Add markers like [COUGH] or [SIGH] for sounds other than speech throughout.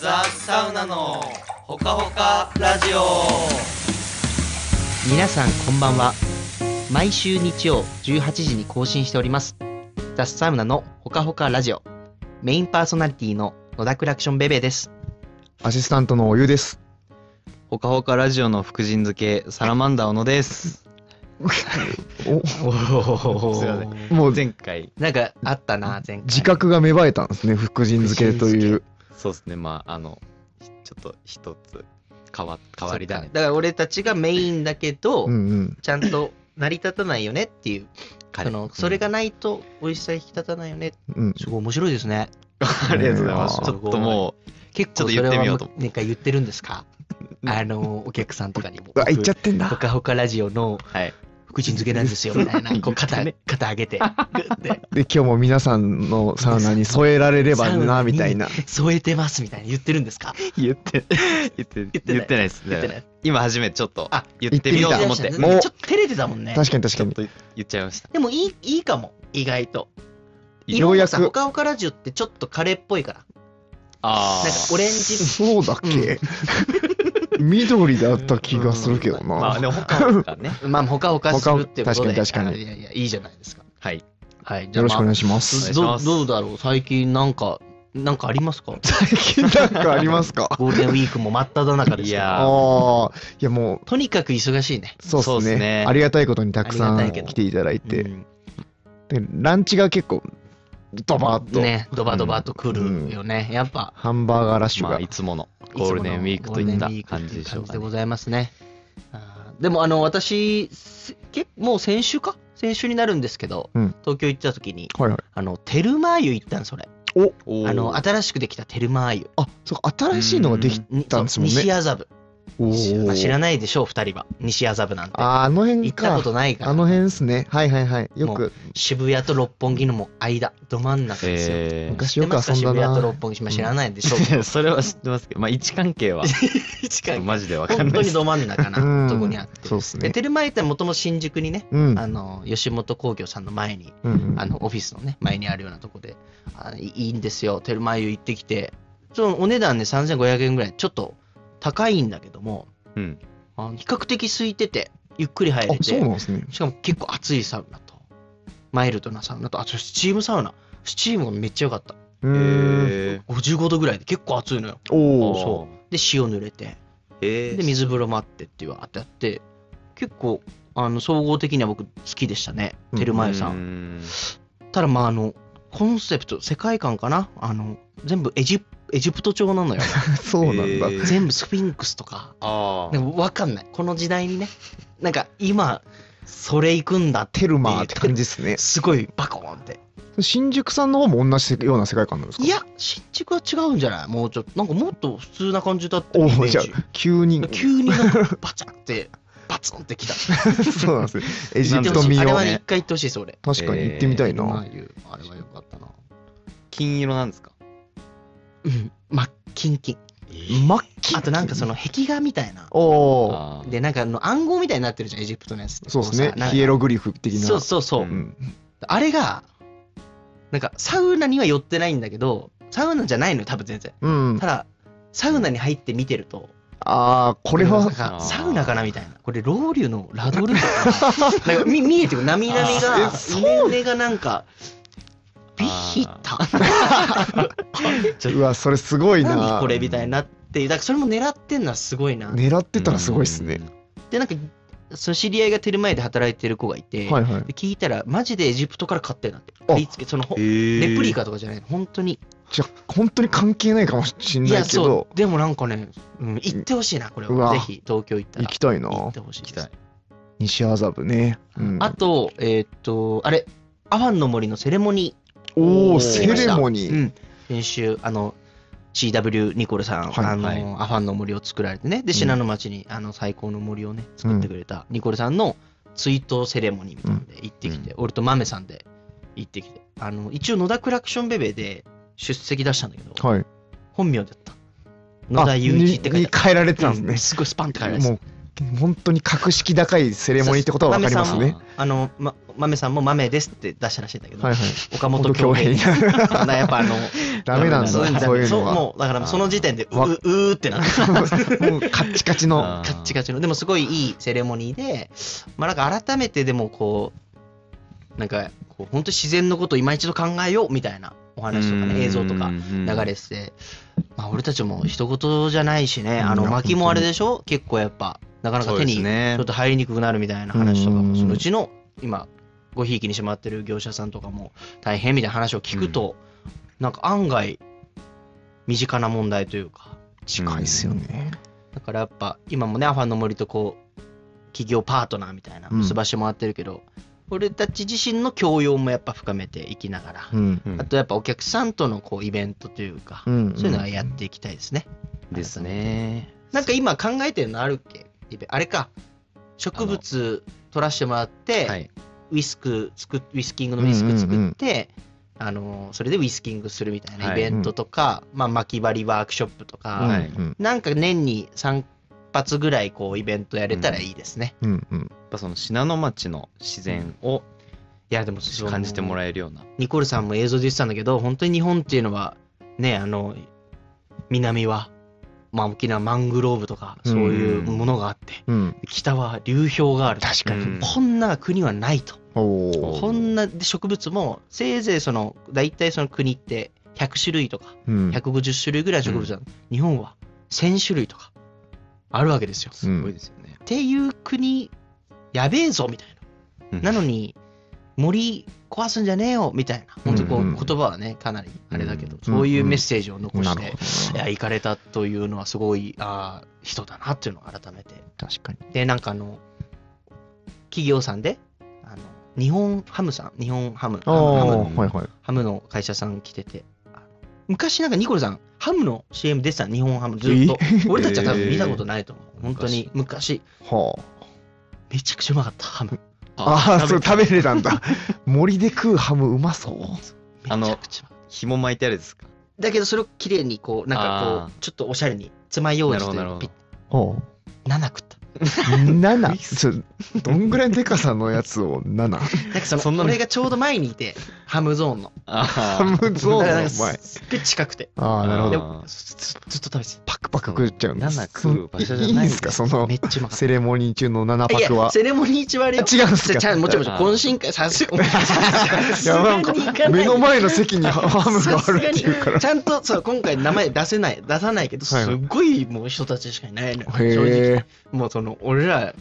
ザ・サウナのほかほかラジオ皆さんこんばんは毎週日曜18時に更新しておりますザ・サウナのほかほかラジオメインパーソナリティの野田クラクションベベですアシスタントのお湯です。ほかほかラジオの福神漬け、サラマンダー小野です。おおすいませもう前回、なんかあったな前回自覚が芽生えたんですね、福神漬けという。そうですね、まあ、あの、ひちょっと一つ、変わ、変わりだだだね。から俺たちがメインだけど、うんうん。ちゃんと成り立たないよねっていう彼そのそれがうんないと美味しさ引き立たないよねうん。すごい面白いですねありがとうございまあす。ーちょっとも結ちょ構っそと言れってみよはうと思なんか言ってるんですかうんあのお客さんとかにもあ、行っちゃってんほだ。かほかラジオのう、はい。福神漬けなんですよ、みたいな。こう肩、肩上げて、グッ [LAUGHS] て、で、今日も皆さんのサウナに添えられればサウナな、にみたいな。添えてます、みたいな言ってるんですか言って、言って、言言っっててないです。言ってない。今初めてちょっと、あ言ってみようと思っ言てっ、もうちょっと照れてたもんね。確かに確ちかょっに。と言っちゃいました。でもいい、いいかも、意外と。ようやく色もさほかほかラジオってちょっとカレーっぽいから。あなんかあ。オレンジ。そうだっけ緑だった気がするけどまあ、な。でも、ほかほかね。まあ、ほかほかするってことで。ほかほか確かに確かにいやいや、いいじゃないですか。はい。はい、じゃよあ、ろしくおまあ願いします。お願いしまどすどうだろう最近なんか、なんかありますか最近なんかありますかゴールデンウィークも真っ只中ですけどいやああ、いやもとにかく忙しいね。う、そうそうっっすすねね。ありがたいことにたくさありんがたいけど来ていただいうて。んで、ランチが結構、ドバーッと、ね、ドバドバっと来るよね。やっぱ、ハンバーガーラッシュまがあ、い。つものゴールデンウィークといった感じでしょうゴールデンウィークとい感じかねでご。ざいますね。あーでも、あの、私、せけもう先週か先週になるんですけど、うん東京行った時に、はいはい。あの、テルマー湯行ったんそれ。おーあの、新しくできたテルマー湯。あ、そうか、新しいのができにたんですもんねそう西麻布。おーまあ知らないでしょう、二人は。西麻布なんて。ああの行辺ったかことないから。あの辺ですねはいはいはいよもく渋谷と六本木のもう間、ど真ん中ですよ。えー昔よく遊んだな知ってますか渋谷と六本木、まあ知らないでしょうけど。 [LAUGHS] それは知ってますけど、まあ、位置関係は近いマジでわかん [LAUGHS] 本な当いにです。ど真ん中うなんとこにあって。そうっすで、ねテルマエってもとも新宿にね、うんあの、吉本興業さんの前に、うんうんあの、オフィスのね、前にあるようなとこで、あいいいんですよ、テルマエ行ってきて、そのお値段ね、3500円ぐらい、ちょっと高いんだけども、うん、あ比較的空いてて、ゆっくり入れあそうなんて、ですねしかも結構熱いサウナと、マイルドなサウナと、あとスチームサウナ。スチームがめっちゃ良かった。うーんえ55度ぐらいで結構熱いのよ。おそおで、塩塗れて。えで水風呂もあってっていうあってあって結構あの総合的には僕好きでしたねうんテルマエさん、ん。ただまああのコンセプト世界観かなあの全部エジエジプト調なのよそうなんだえー全部スフィンクスとかあでも分かんないこの時代にねなんか今それ行くんだってテルマーって感じですねすごいバコーンって新宿さんの方も同じような世界観なんですかいや新宿は違うんじゃないもうちょっとなんかもっと普通な感じだったイおメーおジじゃあ [LAUGHS] 急に急になんかバチャってバツンってきたそう [LAUGHS] なんですねエジ行ってプほトしい見あよれうはね一回行ってほしいです俺確かに行ってみたいなあれは良かったな。金色なんですかうん、真っ金金。マッキあとなんかその壁画みたいな。おおあーで、なんかあの暗号みたいになってるじゃん、エジプトのやつって。そうですねこさなんかヒエログリフ的なそうそうそう。うんあれが、なんかサウナには寄ってないんだけど、サウナじゃないのよ、多分全然。うんただ、サウナに入って見てると、ああこれなはんかあーサウナかなみたいな。これ、ロウリュのラドル [LAUGHS] だな。なんか見見えてくる、波々が、うねうねがなんか、ビヒタ。うわそれすごいな [LAUGHS] 何これみたいになってだからそれも狙ってんのはすごいな、狙ってたらすごいっすね。でなんかその知り合いがテルマエで働いてる子がいて、はいはいで聞いたらマジでエジプトから買ってるなってあ買い付けそのほえーレプリカとかじゃないの本当にじゃあ本当に関係ないかもしんいなやいけどそうでもなんかね、うん、行ってほしいなこれうはわぜひ東京行ったら行きたいな行ってほしいで行すき西麻布ね、うん、あとえーっとあれアワンの森のセレモニおおおーセレモー、ニー、うん先週あの CW ニコルさん、はいあのはいアファンの森を作られてねでん信濃町に、あの最高の森をね作ってくれたニコルさんの追悼セレモニーみたいなんで行ってきて、俺とマメさんで行ってきてあの一応野田クラクションベベで出席出したんだけど、はい本名だった野田雄一って書いにてに変えられてあたるんうんですごいスパンって書いてあるんでねすもう本当に格式高いセレモニーってことは分かりますそうねあーあの、ま、豆さんも豆ですって出したらしいんだけど、はいはい。岡本恭平。なやっぱあの、 [LAUGHS] ダメなんだ、そそうういうのは。もう、だからその時点で、う、わう、うーってなってた。 [LAUGHS] もうカッチカチの。あーカッチカチの。でもすごいいいセレモニーで、まあなんか改めてでもこう、なんか、こう本当自然のことを今一度考えようみたいなお話とかね、映像とか流れてて、まあ俺たちも人事じゃないしね、あのうん薪もあれでしょ結構やっぱ、なかなか手にそうですねちょっと入りにくくなるみたいな話とかうんも、そのうちの今、ごひいきにしまってる業者さんとかも大変みたいな話を聞くと、なんか案外、身近な問題というか、近いっすよね。だからやっぱ今もねアファンの森とこう企業パートナーみたいなうん結ばしてもらってるけど、俺たち自身の教養もやっぱ深めていきながら、うん。うんあとやっぱお客さんとのこうイベントというか、うん。そういうのはやっていきたいですね、ですねなんか今考えてるのあるっけイベあれか植物取らせてもらって、はいウィスク作っウィスキングのウィスク作って、あのそれでウィスキングするみたいなイベントとか、まあ、巻き針ワークショップとか、うんはいうん。なんか年に3発ぐらいこうイベントやれたらいいですね。うん。うん。やっぱその信濃町の自然をいやでもそう感じてもえらえるようなニコルさんも映像で言ってたんだけど本当に日本っていうのはねあの南は、まあ、沖縄マングローブとかそういうものがあって、うん。北は流氷がある確かにうんこんな国はないと、おおーこんな植物もせいぜいその大体その国って100種類とかうん。 150種類ぐらいの植物なの、日本は1000種類とかあるわけですよ。すごいですよねっ、ていう国やべえぞみたいうんな、なのに森壊すんじゃねえよみたいな本当こううんうん言葉はねかなりあれだけど、うんそういうメッセージを残なしるて、ほいどやな。行かれたというのはすごいあー人だなっていうのを改めて確かに。でなんかあの企業さんであの日本ハムさん日本ハムあハムあ、ハムのはいはい。ハムの会社さん来ててあの昔なんかニコルさんハムの CM 出てたの日本ハムずっと俺たちは多分見たことないと思う、本当に昔はめちゃくちゃうまかったハムあ。ああ、そう、食べれたん [LAUGHS] だ。森で食うハムうまそう。あのめちゃくちゃうまい紐巻いてあるですかだけどそれを綺麗にこうなんかあこうちょっとおしゃれに爪楊枝というなるほどなるほどおう7食った7ちょどんぐらいのデカさのやつを7なんかそのそんなの俺がちょうど前にいてハムゾーンのあ [LAUGHS] ハムゾーンのだからなん前かすっげえ近くてああなるほでどあーずずずっと食べてパクパク食っちゃうんだ7食う場所じゃないんですかそたのめっちゃうまかったセレモニー中の7いパやクはセレモニー一割あよ違うんですちゃちゃかんもちろんもちろんあー懇親会さすが [LAUGHS] さいすやがなにん行かかない目の前の席 [LAUGHS] にハハムがあるっていうからさすがにちゃんとそう今回名前出せない出さないけどすはいはいっごいもう人たちしかいないのよ正直へえもうその俺ら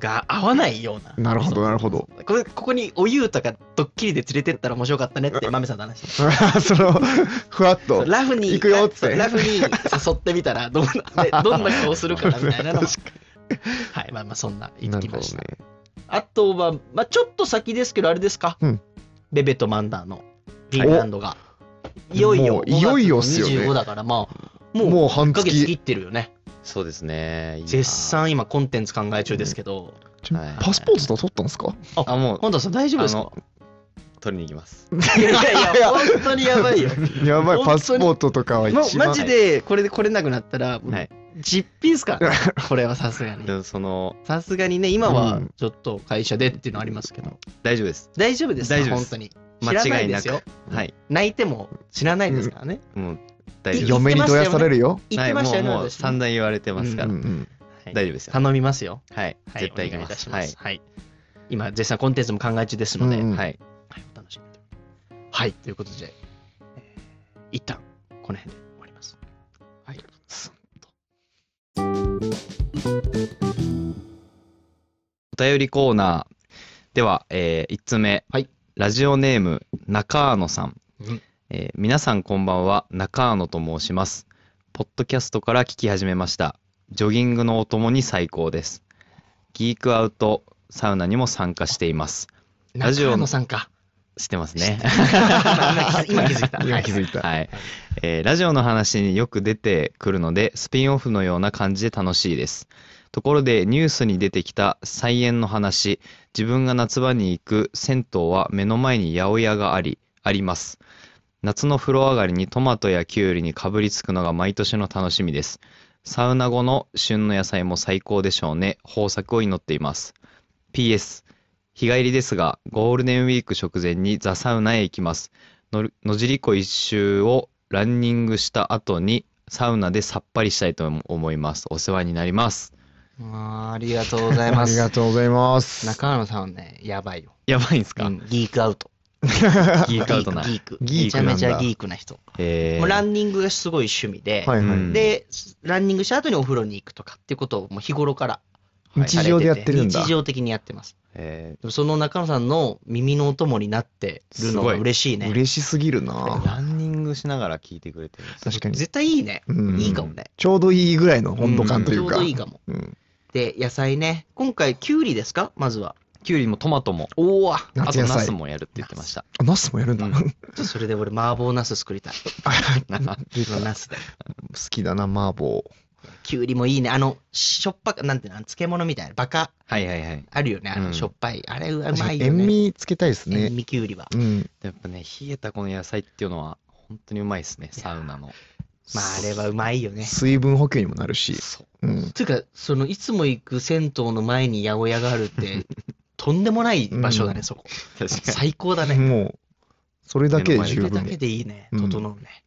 が合わないような。なるほどなるほど [LAUGHS] これここにおゆうたがドッキリで連れてったら面白かったねってマメさんと話してそのふわっとラフに行くよってラフに誘ってみたらどんな [LAUGHS] でどんな顔するかなみたいなのははいまあまあそんな行なってるきほましどた、ねあとは、まあ、ちょっと先ですけどあれですか、うんベベとマンダーのフィンランドがいよいもよういよいよっすよね25だからまあもうもう半1ヶ月切月ってるよねそうですねいいな絶賛今コンテンツ考え中ですけど、ちょはいパスポートとか取ったんですかあもう本田さん大丈夫ですあかの取りに行きます [LAUGHS] いやいやいや、本当にやばいよ。やばい本当にパスポートとかは一もうマ番ジで、これで来れなくなったら、はい実品 [LAUGHS] っすからね、これはさすがにで。もそのさすがにね、今はうんちょっと会社でっていうのありますけど、大丈夫です大丈夫ですか大丈夫本です当に。知ら間な違いいでなすくよ。はい泣いても知らないですからね。もう大丈夫嫁にどやされるよ言っはてい、まもしたうよね、もう私ね散々言われてますうかんら、うんはい大丈夫ですよ。頼みますよ。はい、はい絶対行きお願いいまたす。しはまいす。、はい。今、絶賛コンテンツも考え中ですので、うんうはんい、はい、お楽しみに。はい、ということで、えー一旦、この辺で終わります。お便りコーナーでは、え1つ目、はいラジオネーム中野さん、うんえー皆さんこんばんは中野と申しますポッドキャストから聞き始めましたジョギングのお供に最高ですギークアウトサウナにも参加していますラジオ中野さんか。 [LAUGHS] 知ってますね今気づ [LAUGHS] いた。今気づいたはい、えーラジオの話によく出てくるのでスピンオフのような感じで楽しいですところでニュースに出てきた菜園の話自分が夏場に行く銭湯は目の前に八百屋がありあります夏の風呂上がりにトマトやキュウリにかぶりつくのが毎年の楽しみですサウナ後の旬の野菜も最高でしょうね豊作を祈っています PS 日帰りですが、ゴールデンウィーク直前にザ・サウナへ行きます。の野尻湖一周をランニングした後に、サウナでさっぱりしたいと思います。お世話になります。あーありがとうございあまりがす。とうございます。中原さんね、やばいよ。やばいんですうかんギークア [LAUGHS] ウト。ギークアウトな。ギーク。めギーちクなゃんめだちゃギークな人。えもうラー、ンニングがすごい趣味で、はいはうんい。で、ランニングした後にお風呂に行くとかっていうことをもう日頃からはい日常でやってるんだ日。常的にやってます。えでもその中野さんの耳のお供になってるのが嬉しいね。嬉しすぎるー、な。ランニングしながら聞いてくれてるんです確かに。絶対いいね。うんいいかもね。ちょうどいいぐらいの温度感とちいょううか。どいいかも。うんで、野菜ね。今回、きゅうりですかまずは。きゅうりもトマトも、おおわ。あ夏と野ナ菜ス。もやるって言ってました。あナスもやるんだ。うん好ちょそれで俺、麻婆茄子作りたい。岐阜の茄子で。きだな、麻婆。きゅうりもいいね。あの、しょっぱく、なんていうの、漬物みたいな。バカ [LAUGHS] はいはいはい。あるよね。あうの、んしょっぱい。あれ、うまいよ塩ね。味つけたいですね塩。味きゅうりは。うん。やっぱね、冷えたこの野菜っていうのは、本当にうまいですね、サウナの。まあ、あれはうまいよね。水分補給にもなるし。そう。うん。つうか、その、いつも行く銭湯の前に八百屋がある [LAUGHS] って、とんでもない場所だね、そこ。確かに。最高だね。 [LAUGHS] もう、それだけでそ十れ分だ。けでいいね。うん整うね。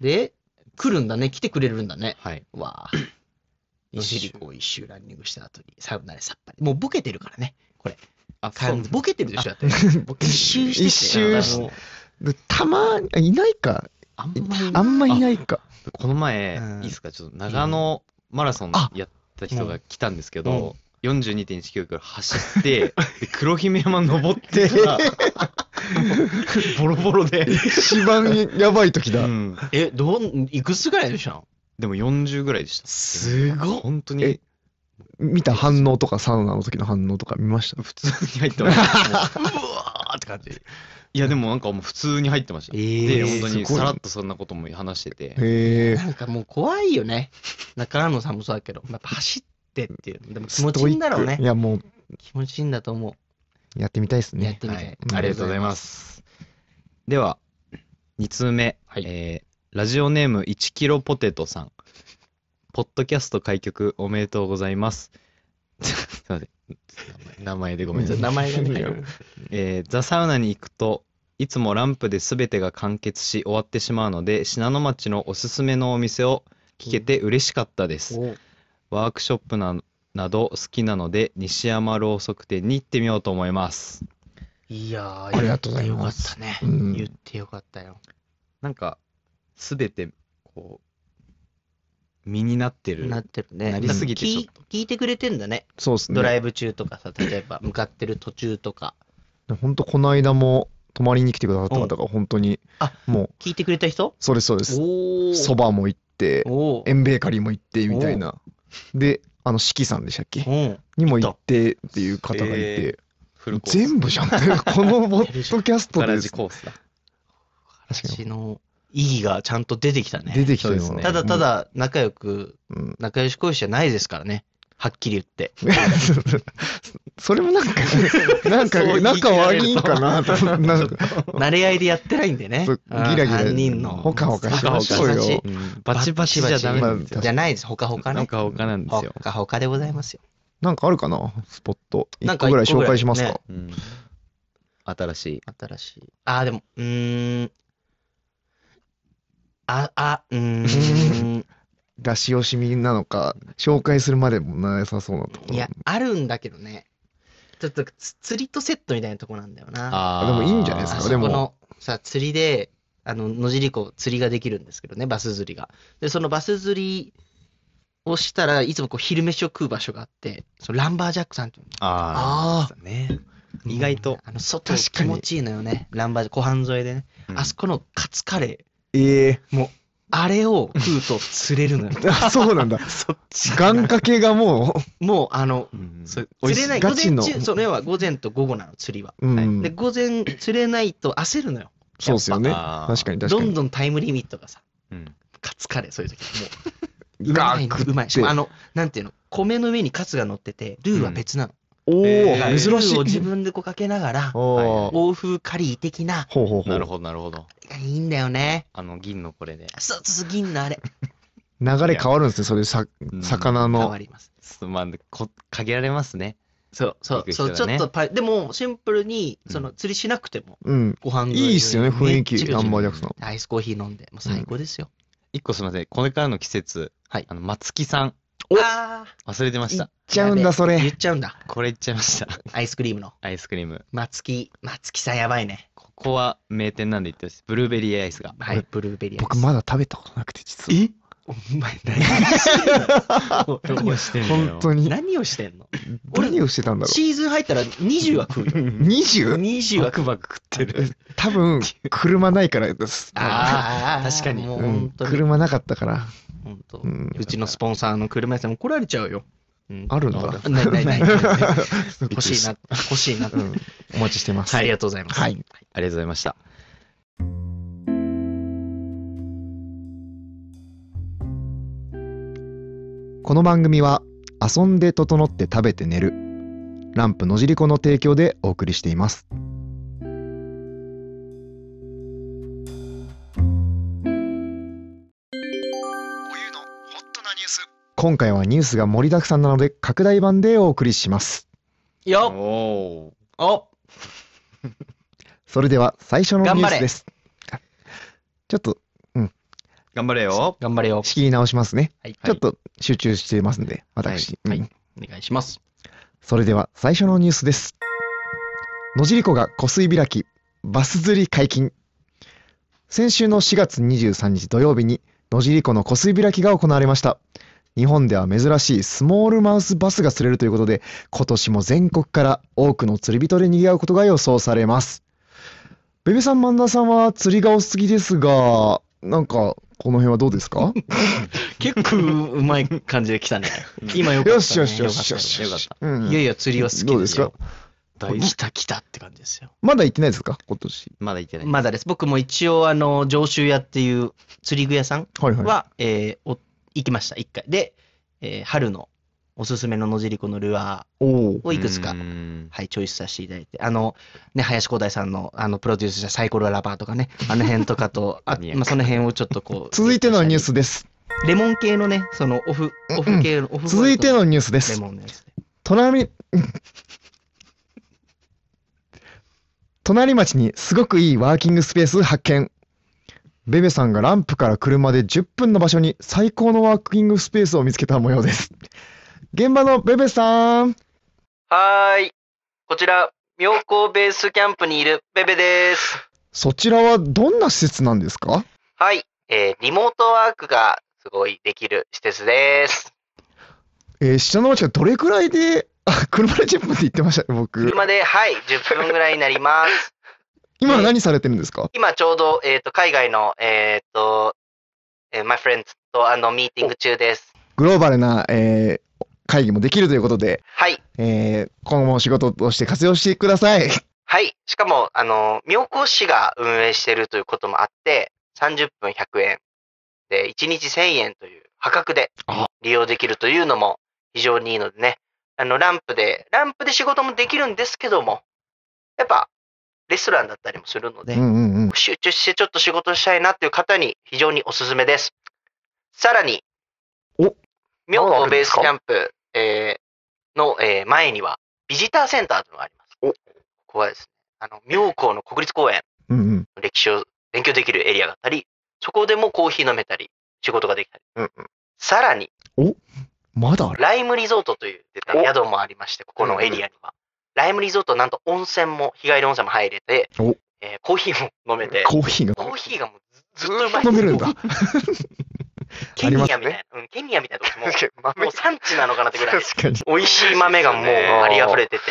で、来るんだね。来てくれるんだね。はい。わあ。野尻湖を一周ランニングした後にサウナでさっぱり。もうボケてるからね。あ、完全ボケてるでしょ、だって。一周して一周しもうでたまに、あいないか。あんまり、あんまいない [LAUGHS] か。この前、うんいいですか、ちょっと長野マラソンやった人が来たんですけど、42.195キロ走って、で黒姫山登って、ボロボロで、一番やばい時だう。んえ、どん、いくつぐらいでしたのでも40ぐらいでした。すごっ。本当えに見た反応とか、サウナの時の反応とか見ました。普通に入ってました。 [LAUGHS] もううわーって感じ。いや、でもなんかもう普通に入ってました。えで、本ー当にすごいさらっとそんなことも話してて、へえ。なんかもう怖いよね。中野さんもそうだけど、やっぱ走ってっていう。でも気持ちいいんだろうストイねックい。や、もう、気持ちいいんだと思やってみたいですう。やっね。てみて。はいありがとうございます。では、2通目、はいえーラジオネーム1キロポテトさん。ポッドキャスト開局おめでとうございます。 [LAUGHS] すいません。名前名前でごめんなさい。名前がね。えーザ・サウナに行くといつもランプで全てが完結し終わってしまうので信濃町のおすすめのお店を聞けて嬉しかったです。おワークショップななど好きなので西山ろうそく店に行ってみようと思います。いやー、ありがとうございます言ってよかったうね。ん言ってよかったよ。なんか全てこう身になってる。なってるね。なりすぎてだからちょっ聞い聞いてくれてんだね。そうですドラね。イブ中とかさ、例えば向かってる途中とか。ほんと、この間も泊まりに来てくださった方が、本当にあ、もう、聞いてくれた人そうです、そうです。おー。そばも行って、おー。エンベーカリーも行って、みたいな。で、あの、四季さんでしたっけうん。にも行ってっていう方がいて、フルコース。全部じゃん。こ [LAUGHS] のポッドキャスト [LAUGHS] ガでラでジすコースだ。確か私の意義がちゃんと出てきたにね。出てきたよそうですねただた、だ仲良く、うん仲良し恋しじゃないですからね。はっきり言って。それもなんか、なんそうか、言い切仲られ悪るいとんかなと、なんか、慣れ合いでやってないんでね。そうギラギラ3人の。ほかほかしましょうほよかほかうんバチバチじゃダメなんですよ。じゃないです。ほかほかなんね。か他なんですほよ。かほかでございますよ。なんかあるかなスポット。な一んか個ぐらい紹介します一個かうん新しい。新しい。あー、でも、うーん。あ、あ、うーん。出し惜しみなのか、紹介するまでもなさそうなところ。いや、あるんだけどね。ちょっとつ釣りとセットみたいなとこなんだよな。あでもいいんじゃないですあかそでこものさ、釣りで、あの、野尻湖釣りができるんですけどね、バス釣りが。で、そのバス釣りをしたらいつもこう昼飯を食う場所があって、そのランバージャックさんっていうああ。ね。意外と。あの、外確か気に持ちいいのよね。ランバージャック、湖畔沿いでね。あそこのカツカレー、えあれを食うと釣れるのよ。え。あ [LAUGHS] そうなんだ。そっち願掛けがももう、あの、うんそう美味釣しれいない。午ガチ前の中、その要は午前と午後なの、釣りは。う、うはいんで、。午前釣れないと焦るのよ。そうですよね。あー確かに確どかんに。どんタイムリミットがさ、うんカツカレー、そういう時もう。うガまーいのッうまい。しかもあの、なんていうの、米の上にカツが乗ってて、ルーは別なの。おえーー、珍しルーを自い。分でこうかけながら、おー。欧風カリー的な、ほうほうほなるう。ほど、なるほど。いいんだよね。あの、銀のこれで。そう、続きんのあれ。流れ変わるんですね、それ、さん魚変のわ。ります。すまん、こ、限られますね。そうそう、行く人そうがねちょっとパイでもシンプルにうんその釣りしなくてもうん。ご飯いいっすよね、ぐら雰囲めっちゃ気、くちゃナンバージャクソン。アイスコーヒー飲んでもう最高ですよ、一個すみません。これからの季節、はいあの、松木さん、ああ忘れてまし。いったちゃうんだ、そ言っれ。ちゃうんだこれいっちゃいました。 [LAUGHS] アイスクリームのアイスクリーム。松木松木さんやばいねここは名店なんで言ってます。ブルーベリーアイスが。はいブルーベリー僕まだ食べたことなくて、実は。えお前何してんの [LAUGHS] 何をしてんだよ本。当に。何をしてんの俺何をしてたんだろシーズン入ったら20は食うよう。20? 20はバクバク食ってる。多分、車ないからで [LAUGHS] す。ああ、確かにもうう本ん当に。車なかったから。本当ううんちのスポンサーの車屋さんも怒られちゃうよ。うんあるんだわかないない [LAUGHS] ない。欲しいな。な、欲しいな。うんお待ちしてます。ありがとうございます。はい。ありがとうございました。この番組は遊んで整って食べて寝るランプのじりこの提供でお送りしています今回はニュースが盛りだくさんなので拡大版でお送りしますよおっおそれでは最初のニ頑ュ張ーれスですあちょっと頑張れよ。頑張れよ。仕切り直しますね、はい。ちょっと集中してますんで私、はいうんお願いします。それでは最初のニュースです。野尻湖が湖水開き、バス釣り解禁。先週の4月23日土曜日に野尻湖の湖水開きが行われました。日本では珍しいスモールマウスバスが釣れるということで、今年も全国から多くの釣り人で賑わうことが予想されます。ベベさん、マンダさんは釣りがお好きですが、なんか、この辺はどうですか結構うまい感じで来たね。今よかったね。よしよしよしよしよかったよかっうたんいやいや、釣りは好きどうでですすかよ。大好き来た来たって感じですよ。まだ行ってないですか今年。まだ行ってない。まだです。僕も一応、あの、上州屋っていう釣り具屋さんはいはい。は、えーお行きました、一回。で、えー春のおすすめの野尻湖のルアおおー。をいくつかう、んはい、チョイスさせていただいて、あの、ね、林光大さんのあのプロデュースしたサイコロラバーとかね、あの辺とか [LAUGHS] と、あいやまあ、その辺をちょっとこう。続いてのニュースです。レモン系のね、そのオフ、オフ系の、オフ続いてのニュースでレす。モンのやつで。隣、隣町にすごくいいワーキングスペース発見。ベベさんがランプから車で10分の場所に最高のワーキングスペースを見つけた模様です。現場のベベさん、はーい。こちら、妙高ベースキャンプにいるベベです。そちらはどんな施設なんですかはい。えリモートワークがすごいできる施設です。えー下の町がどれくらいで、あ、車で10分って言ってましたね、僕。で、はい、10分ぐらいになります。今何されてるんですか今ちょうど、えー、と海外の、えっとえー、マイフレンズとあのミーティング中です。グローバルな、えー会議もできるということで、はい、えー今後も仕事として活用してください。はい、しかも、あの妙高市が運営しているということもあって、30分100円で、1日1000円という破格で利用できるというのも非常にいいのでね、あのランプで、ランプで仕事もできるんですけども、やっぱレストランだったりもするので、うんうんうん。集中してちょっと仕事したいなっていう方に非常におすすめです。さらに、お妙まだあ高るんベでーすスかキャンプ、えーの、えー前にはビジターセンターというのがあります。ここはですね、あの妙高の国立公園うんうん。の歴史を勉強できるエリアがあったり、そこでもコーヒー飲めたり、仕事ができたり。さらに、まだある。ライムリゾートという宿もありまして、ここのエリアには。ライムリゾートなんと温泉も、日帰り温泉も入れてお、えーコーヒーも飲めて、コーヒーがコーヒーがもうずずっとうまい飲めるんだ。ケニアみたいな、うん、ケニアみたいなとこもうもう産地なのかなってぐらい、確かに。美味しい豆がもうあり溢れてて、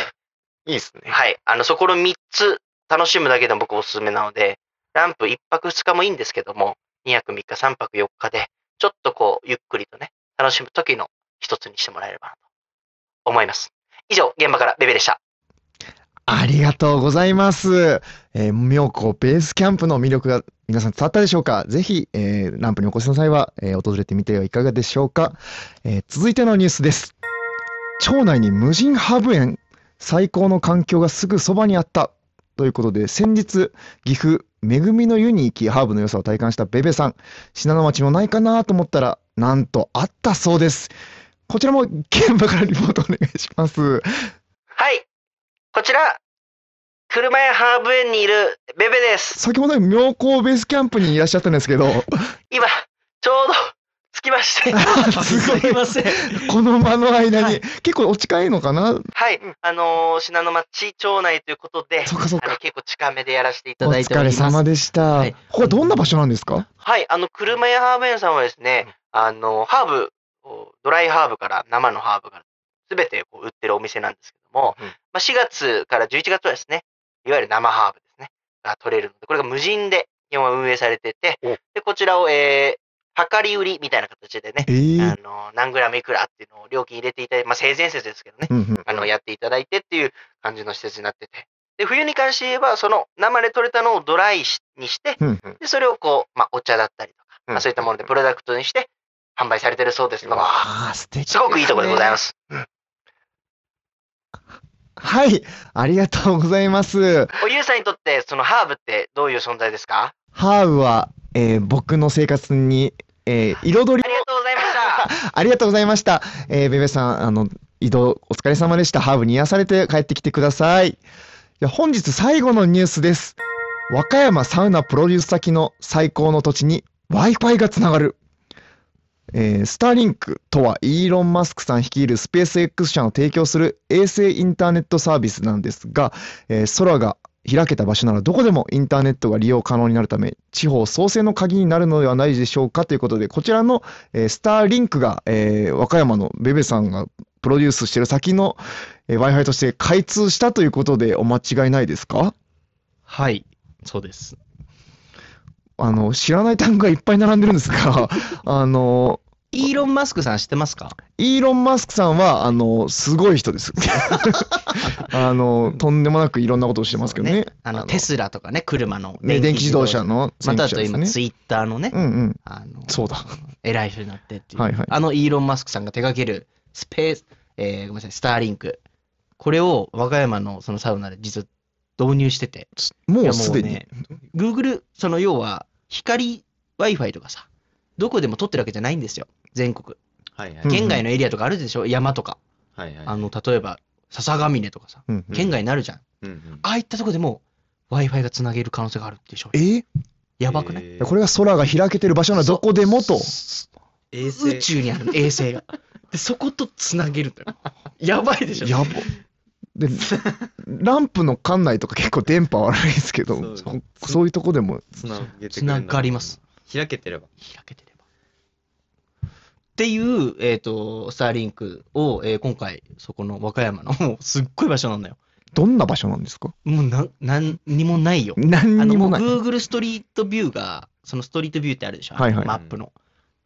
いいですね。はい、あの、そこの3つ楽しむだけでも僕おすすめなので、ランプ1泊2日もいいんですけども、2泊3日、3泊4日で、ちょっとこう、ゆっくりとね、楽しむ時の一つにしてもらえればなと思います。以上、現場からベベでした。ありがとうございます。えー、妙高ベースキャンプの魅力が皆さん伝わったでしょうかぜひ、えーランプにお越しの際は、えー訪れてみてはいかがでしょうか、えー続いてのニュースです。町内に無人ハーブ園、最高の環境がすぐそばにあった。ということで、先日、岐阜、恵みの湯に行き、ハーブの良さを体感したベベさん、信濃町もないかなと思ったら、なんとあったそうです。こちらも現場からリポートお願いします。こちら、車屋ハーブ園にいるベベです。先ほど妙高ベースキャンプにいらっしゃったんです [LAUGHS] けど、今、ちょうど着きまして。すごいすいません。この間の間はに、結構お近いのかなはい、あのー、信濃町町内ということで、そっかそっあのか。結構近めでやらせていおただいてお疲りまれす。様でした。はいここはどんな場所なんですかはい、あの、車屋ハーブ園さんはですね、あの、ハーブを、ドライハーブから生のハーブから、すべてこう売ってるお店なんですけども、うんまあ、4月から11月はですね、いわゆる生ハーブですね、が取れるので、これが無人で基本は運営されてて、おで、こちらを、えー、量り売りみたいな形でね、ええあの、何グラムいくらっていうのを料金入れていただいて、まあ、性善説ですけどね、うんうんあの、やっていただいてっていう感じの施設になってて。で、冬に関して言えば、その生で取れたのをドライしにして、うんで、それをこう、まあ、お茶だったりとか、うんまあ、そういったものでプロダクトにして販売されてるそうですので、ああ、素敵。すごくいいところでございます。はい、ありがとうございます。おゆうさんにとって、そのハーブってどういう存在ですかハーブは、えー僕の生活に、えー彩りありがとうございま [LAUGHS] した。ありがとうございました。えーベベさん、あの、移動お疲れ様でした。ハーブに癒されて帰ってきてください。いや、本日最後のニュースです。和歌山サウナプロデュース先の最高の土地に Wi-Fi がつながる。えースターリンクとはイーロン・マスクさん率いるスペース X 社の提供する衛星インターネットサービスなんですが、えー空が開けた場所ならどこでもインターネットが利用可能になるため地方創生の鍵になるのではないでしょうかということでこちらのえースターリンクが、えー和歌山のベベさんがプロデュースしてる先の、えー Wi-Fi として開通したということでお間違いないですかはい、そうです。あの、知らない単語がいっぱい並んでるんです [LAUGHS] が、あの、イーロン・マスクさん知ってますかイーロン・マスクさんは、あの、すごい人 [LAUGHS] です。あの、とんでもなくいろんなことをしてますけどね。あのテスラとかね、車のね電気自動車。のま選た手あでとす今、ね。ツイッターのね、うんうん。あの、そうだ。偉い人になってっていう、はいはいあのイーロン・マスクさんが手掛けるスペース、えーごめんなさい、スターリンク、これを和歌山のそのサウナで実は導入してて、いもやうすでに。ね、Google、その要は光 Wi-Fi とかさ、どこでも取ってるわけじゃないんですよ、全国。はいはいうん県外のエリアとかあるでしょ、山とか、はいはいあの例えば笹ヶ峰とかさ、うんうん県外になるじゃん。うんうんああいったとこでも Wi-Fi がつなげる可能性があるっていう商え品。やばくない、えこれが空が開けてる場所ならどこでもと。衛星宇宙にあるの衛星が。で、そことつなげるんだよ。やばいでしょ。やば。 [LAUGHS] で、ランプの館内とか結構電波悪いですけそど、うそそういうとこでも、つなげてつながります。開けてれば。開けてれば。っていう、えっ、と、スターリンクを、えー今回、そこの和歌山の、もうすっごい場所なんだよ。どんな場所なんですかもうなん、なんにもないよ。何あにの、ももうない。 Google ストリートビューが、そのストリートビューってあるでしょ、はいはいマップの。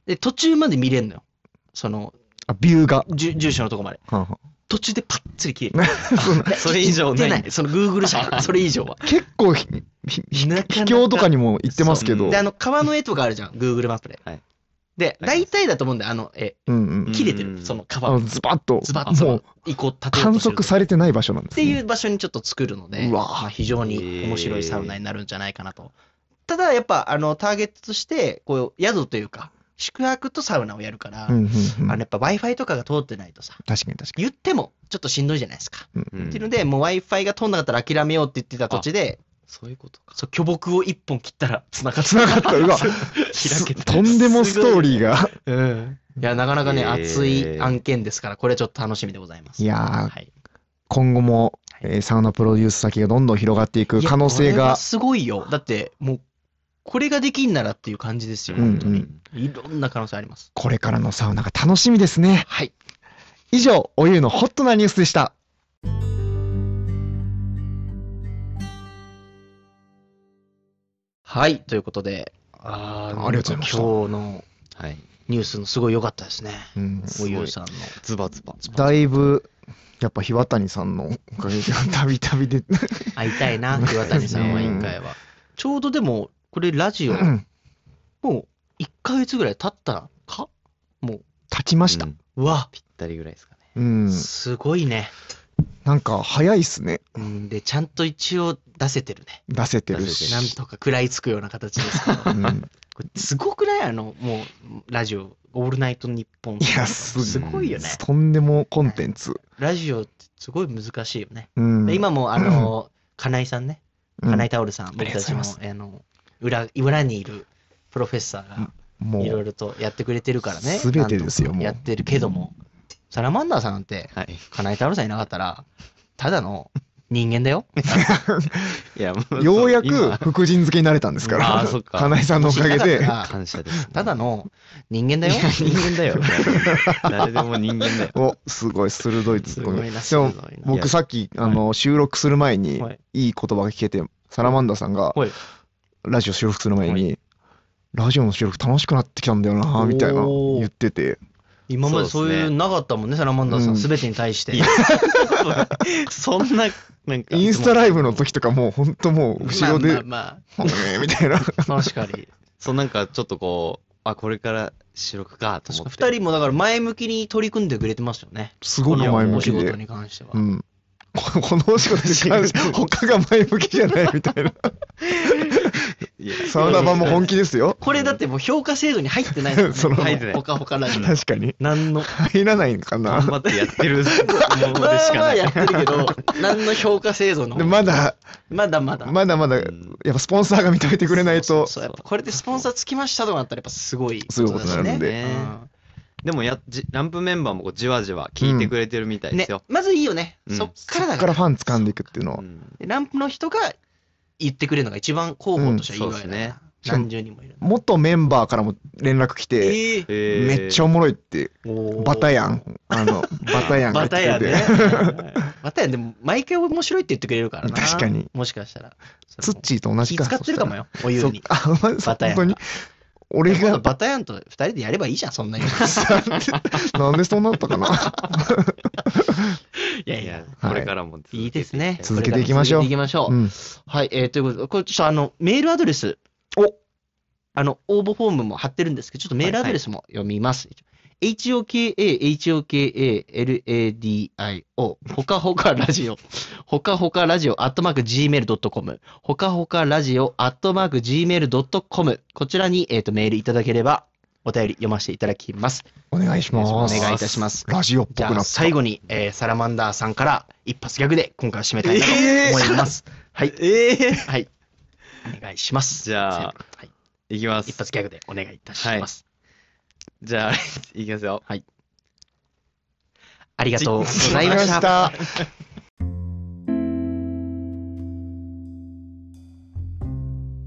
で、途中まで見れんのよ。その、あ、ビューが。住住所のとこまで。はんはん [LAUGHS] 途中でパッツリ [LAUGHS] 消える。それ以上出な。ないい。その Google 社、それ以上は。結構ひ、ひひなかなか秘境とかにも行ってますけど。で、あの、川の絵とかあるじゃん、Google マップで。はいで、あり大ます体だと思うんだよ、あの絵。うんうん。切れてうる、んそのあ川の、ズバッと。ズバッともう、移行立てよう観としてる測されてない場所なんでっすてね。いう場所にちょっと作るので、うわまあ非常に面白いサウナになるんじゃないかなと。ただやっぱあのターゲットとしてこう宿というか宿泊とサウナをやるから、うんうんうんあのやっぱ Wi-Fi とかが通ってないとさ、確かに確かに。言ってもちょっとしんどいじゃないですか。うんうんっていうので、もう Wi-Fi が通んなかったら諦めようって言ってた土地で、そういうことか。そう巨木を一本切ったら繋がっつながった。う [LAUGHS] わ、開けてとんでもストーリーが。た。うん。いや、なかなかね、へー熱い案件ですから、これはちょっと楽しみでございます。いやーはい今後も、えーサウナプロデュース先がどんどん広がっていく可能性いやこれがは。すごいよ。だって、もう、これができんならっていう感じですよ。うん本当に。いろんな可能性あります。これからのサウナが楽しみですね。はい。以上、おゆうのホットなニュースでした。はい。ということで、あありがとうございました今日のはい。ニュースのすごい良かったですね。うんすおごいゆうさんの。ズバズバ。だいぶ、やっぱ日渡さんのおかげで、たびたびで、会いたいな、岩谷さんは、う一ん回は。ちょうどでも、これラ [LAUGHS] ジオ、も立う1ヶ月ぐらい経ったかもちましたうん。。う、うわ、ぴったりぐらいですかね。うん。すごいね。なんか、早いっすね。うん、で、ちゃんと一応出せてるね。出せてる出せし。なんとか食らいつくような形です [LAUGHS] けど。こう [LAUGHS] んれすごくないあの、もう、ラジオ、オールナイトニッポンとか。いやすすごいよね。とんでもコンテンツ。ラジオってすごい難しいよね。うんで、今も、あの、金井さんね、うん金井タオルさん、僕たちもありがとうご、あの、裏、裏にいるプロフェッサーが、も、いろいうろとやってくれてるからね。全てですよなんとかやってるけども、サラマンダーさんなんて、はい。金井太郎さんいなかったら、ただの人間だよ。いや、もようやそく今福神漬けになれたんですかうんらあーそっ、か金井さんのおか [LAUGHS] げで。感謝です。ただの人間だよ。人間だよ。誰でも人間だよ。お、すごい鋭いツッコミ。すごいなでもすごいな僕さっき、あの、収録する前にはい、いい言葉が聞けて、サラマンダさんが、はいラジオ収録する前に、ラジオの収録楽しくなってきたんだよな、みたいなおー言ってて、今までそういうなかったもんね、サラマンダーさ、うんんすべてに対して。いやそんな、なんか。インスタライブの時とかもう本当もう後ろで、まあえーみたいな。まあまあ、[LAUGHS] 確かに。そう、なんかちょっとこう、あ、これから収録かと思って。二人もだから前向きに取り組んでくれてますよね。すごく前向お仕き事で。に関してはう。ん。ここのお仕 [LAUGHS] 事に関して、他が前向きじゃないみたいな。いやサウナ版も本気ですよ。これだってもう評価制度に入ってないですよね。その入ってないほかほかラジオ。確かに。何の。入らないのか頑な。張ってやってるものでしかまあまなあい。やってるけど、 [LAUGHS] 何の評価制度ので、。まだ、まだまだ。まだまだ、やうんっぱスポンサーが認めてくれないと、そう、やっぱこれでスポンサーつきましたとかなったらやっぱすごいそういうことになるんことだしねで。ねうんでもやじ、ランプメンバーもこうじわじわ聞いてくれてるみたいでねすよ。、まずいいよね。うんそっかそらだっか。かららファン掴んでいくっていうのはう。んランプの人が言ってくれるのが一番候補としてはいいわけだからうんそうですね何十人もいる。元メンバーからも連絡来て、えええーめっちゃおもろいって、バタヤン、あ [LAUGHS] の、バタヤンがバタ来ヤてねて、。 [LAUGHS] バタヤンでも毎回面白いって言ってくれるからな。確かに。もしかしたら。ツッチーと同ーじ気使ってるかもよ、お湯そっに。か、あ、まバタヤンが本当に。俺今度が、バタヤンと二人でやればいいじゃん、そんな [LAUGHS] に。いなんでそうなったか [LAUGHS] な。やいいやや。、これからも続けていいですね。続けていきましょうこれからも続けていきましょうう。ん。はい、えー、ということで、これちょっとあの、メールアドレスを、あの、応募フォームも貼ってるんですけど、ちょっとメールアドレスも読みます。hoka, hokalaladio, ほかほかラジオ、ほかほかラジオ、アットマーク gmail.com、ほかほかラジオ、アットマーク gmail.com、こちらに、えー、とメールいただければ、お便り読ませていただきます。お願いします。お願いいたします。ラジオっじぽくゃあ、なった最。後に、えーサラマンダーさんから一発ギャグで今回は締めたいなと思います。はい。はい。お願いします。じゃあはい、いきます。一発ギャグでお願いいたします。じゃあ、いきますよ。ありがとうございあまりがとうございまし。したた。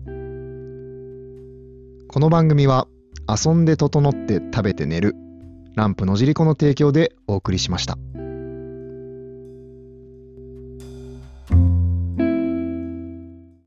この番組は遊んで整って食べて寝るランプのじりこの提供でお送りしました。